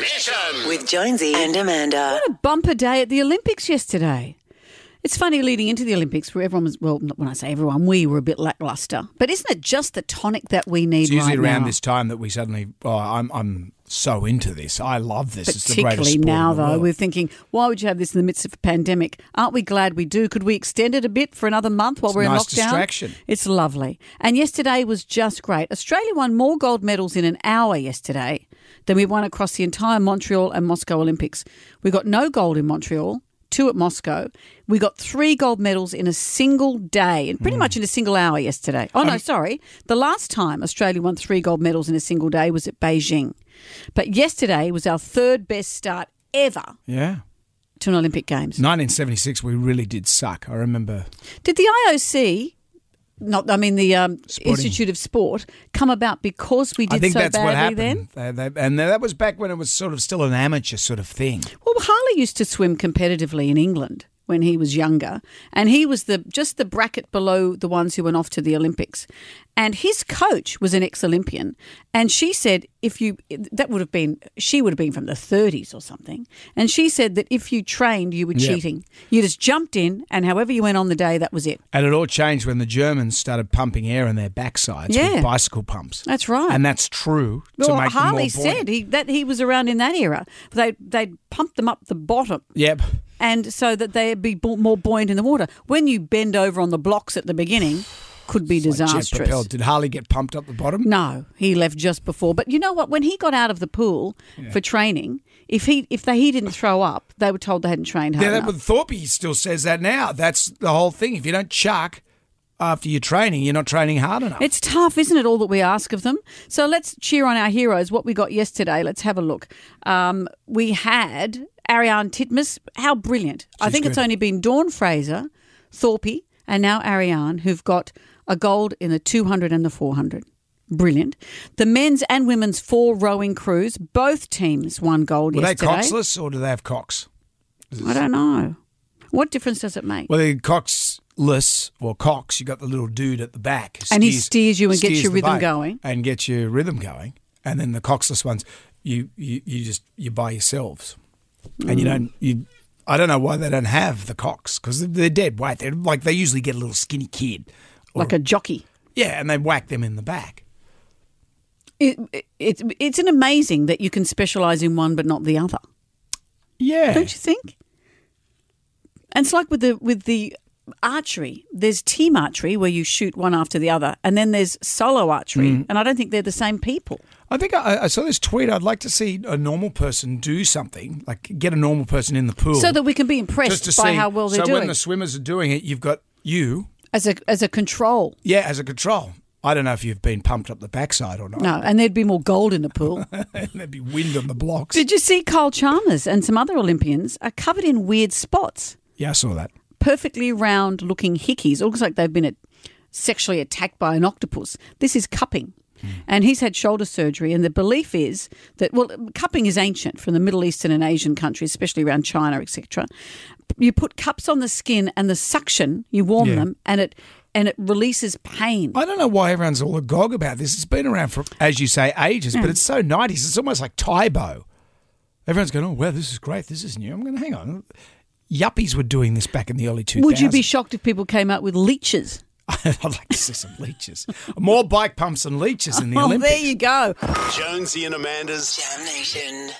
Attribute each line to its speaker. Speaker 1: Mission.
Speaker 2: With Jonesy and Amanda.
Speaker 3: What a bumper day at the Olympics yesterday. It's funny leading into the Olympics where everyone was, well, not when I say everyone, we were a bit lackluster. But isn't it just the tonic that we need
Speaker 4: It's usually
Speaker 3: right
Speaker 4: around
Speaker 3: now?
Speaker 4: this time that we suddenly. Oh, I'm I'm so into this. I love this. It's the greatest
Speaker 3: Particularly
Speaker 4: sport in
Speaker 3: now,
Speaker 4: the
Speaker 3: though,
Speaker 4: world.
Speaker 3: we're thinking, why would you have this in the midst of a pandemic? Aren't we glad we do? Could we extend it a bit for another month while
Speaker 4: It's a
Speaker 3: we're in
Speaker 4: nice
Speaker 3: lockdown?
Speaker 4: distraction.
Speaker 3: It's lovely. And yesterday was just great. Australia won more gold medals in an hour yesterday than we won across the entire Montreal and Moscow Olympics. We got no gold in Montreal, two at Moscow. We got three gold medals in a single day, and pretty much in a single hour yesterday. Oh, no, sorry. The last time Australia won three gold medals in a single day was at Beijing. But yesterday was our third best start ever
Speaker 4: yeah.
Speaker 3: to an Olympic Games.
Speaker 4: 1976, we really did suck. I remember.
Speaker 3: Did the IOC, not I mean the um,
Speaker 4: Sporting.
Speaker 3: Institute of Sport, come about because we did
Speaker 4: I think
Speaker 3: so
Speaker 4: that's
Speaker 3: badly
Speaker 4: what happened.
Speaker 3: then?
Speaker 4: They- they- and that was back when it was sort of still an amateur sort of thing.
Speaker 3: Well, Harley used to swim competitively in England when he was younger, and he was the just the bracket below the ones who went off to the Olympics. And his coach was an ex-Olympian, and she said if you that would have been she would have been from the 30s or something, and she said that if you trained, you were
Speaker 4: Yeah.
Speaker 3: cheating. You just jumped in, and however you went on the day, that was it.
Speaker 4: And it all changed when the Germans started pumping air in their backsides
Speaker 3: Yeah.
Speaker 4: with bicycle pumps.
Speaker 3: That's right.
Speaker 4: And that's true. to
Speaker 3: Well,
Speaker 4: make them more
Speaker 3: Harley
Speaker 4: buoyant.
Speaker 3: said he, that he was around in that era. They they pumped them up the bottom,
Speaker 4: Yep.
Speaker 3: and so that they'd be bu- more buoyant in the water. When you bend over on the blocks at the beginning, could be
Speaker 4: Like jet
Speaker 3: disastrous.
Speaker 4: propelled. Did Harley get pumped up the bottom?
Speaker 3: no, he left just before. But you know what? When he got out of the pool for training, if he if they, he didn't throw up, they were told they hadn't trained hard
Speaker 4: Yeah, that,
Speaker 3: enough.
Speaker 4: but Thorpe still says that now. That's the whole thing. If you don't chuck after your training, you're not training hard enough.
Speaker 3: It's tough, isn't it? All that we ask of them. So let's cheer on our heroes. What we got yesterday. Let's have a look. Um, we had Ariane Titmus. How brilliant! I
Speaker 4: She's
Speaker 3: think it's
Speaker 4: good.
Speaker 3: only been Dawn Fraser, Thorpe, and now Ariane who've got a gold in the 200 and the 400. Brilliant. The men's and women's four rowing crews. Both teams won gold
Speaker 4: Were they
Speaker 3: yesterday.
Speaker 4: coxless or do they have cox?
Speaker 3: I don't know. What difference does it make?
Speaker 4: Well, they're coxless or cox. You got the little dude at the back, who
Speaker 3: And he steers you and gets your
Speaker 4: the
Speaker 3: rhythm
Speaker 4: boat
Speaker 3: going.
Speaker 4: and gets your rhythm going. And then the coxless ones, you you, you just you by yourselves, and
Speaker 3: Mm.
Speaker 4: you don't you. I don't know why they don't have the cox because they're dead weight. They're like they usually get a little skinny kid,
Speaker 3: like a jockey.
Speaker 4: yeah, and they whack them in the back.
Speaker 3: It, it, it's it's an amazing that you can specialise in one but not the other.
Speaker 4: Yeah,
Speaker 3: don't you think? And it's like with the with the archery. There's team archery where you shoot one after the other, and then there's solo archery,
Speaker 4: Mm.
Speaker 3: and I don't think they're the same people.
Speaker 4: I think I, I saw this tweet. I'd like to see a normal person do something, like get a normal person in the pool,
Speaker 3: So that we can be impressed
Speaker 4: just to
Speaker 3: by
Speaker 4: see.
Speaker 3: how well they're
Speaker 4: so
Speaker 3: doing
Speaker 4: when the swimmers are doing it, you've got you,
Speaker 3: as a as a control.
Speaker 4: yeah, as a control. I don't know if you've been pumped up the backside or not.
Speaker 3: No, and there'd be more gold in the pool.
Speaker 4: There'd be wind on the blocks.
Speaker 3: Did you see Carl Chalmers and some other Olympians are covered in weird spots?
Speaker 4: yeah, I saw that.
Speaker 3: perfectly round looking hickeys. It looks like they've been at, sexually attacked by an octopus. This is cupping.
Speaker 4: Hmm.
Speaker 3: And he's had shoulder surgery, and the belief is that well, cupping is ancient from the Middle Eastern and Asian countries, especially around China, etc. You put cups on the skin, and the suction you warm
Speaker 4: Yeah.
Speaker 3: them, and it and it releases pain.
Speaker 4: I don't know why everyone's all agog about this. It's been around for, as you say, ages,
Speaker 3: Mm.
Speaker 4: but it's so 90s. It's almost like Tybo. Everyone's going, oh, wow, this is great. This is new. I'm going to hang on. Yuppies were doing this back in the early 2000s.
Speaker 3: Would you be shocked if people came out with leeches?
Speaker 4: I'd like to see some leeches. More bike pumps and leeches in the
Speaker 3: Oh,
Speaker 4: Olympics.
Speaker 3: there you go.
Speaker 1: Jonesy and Amanda's
Speaker 2: Jam Nation.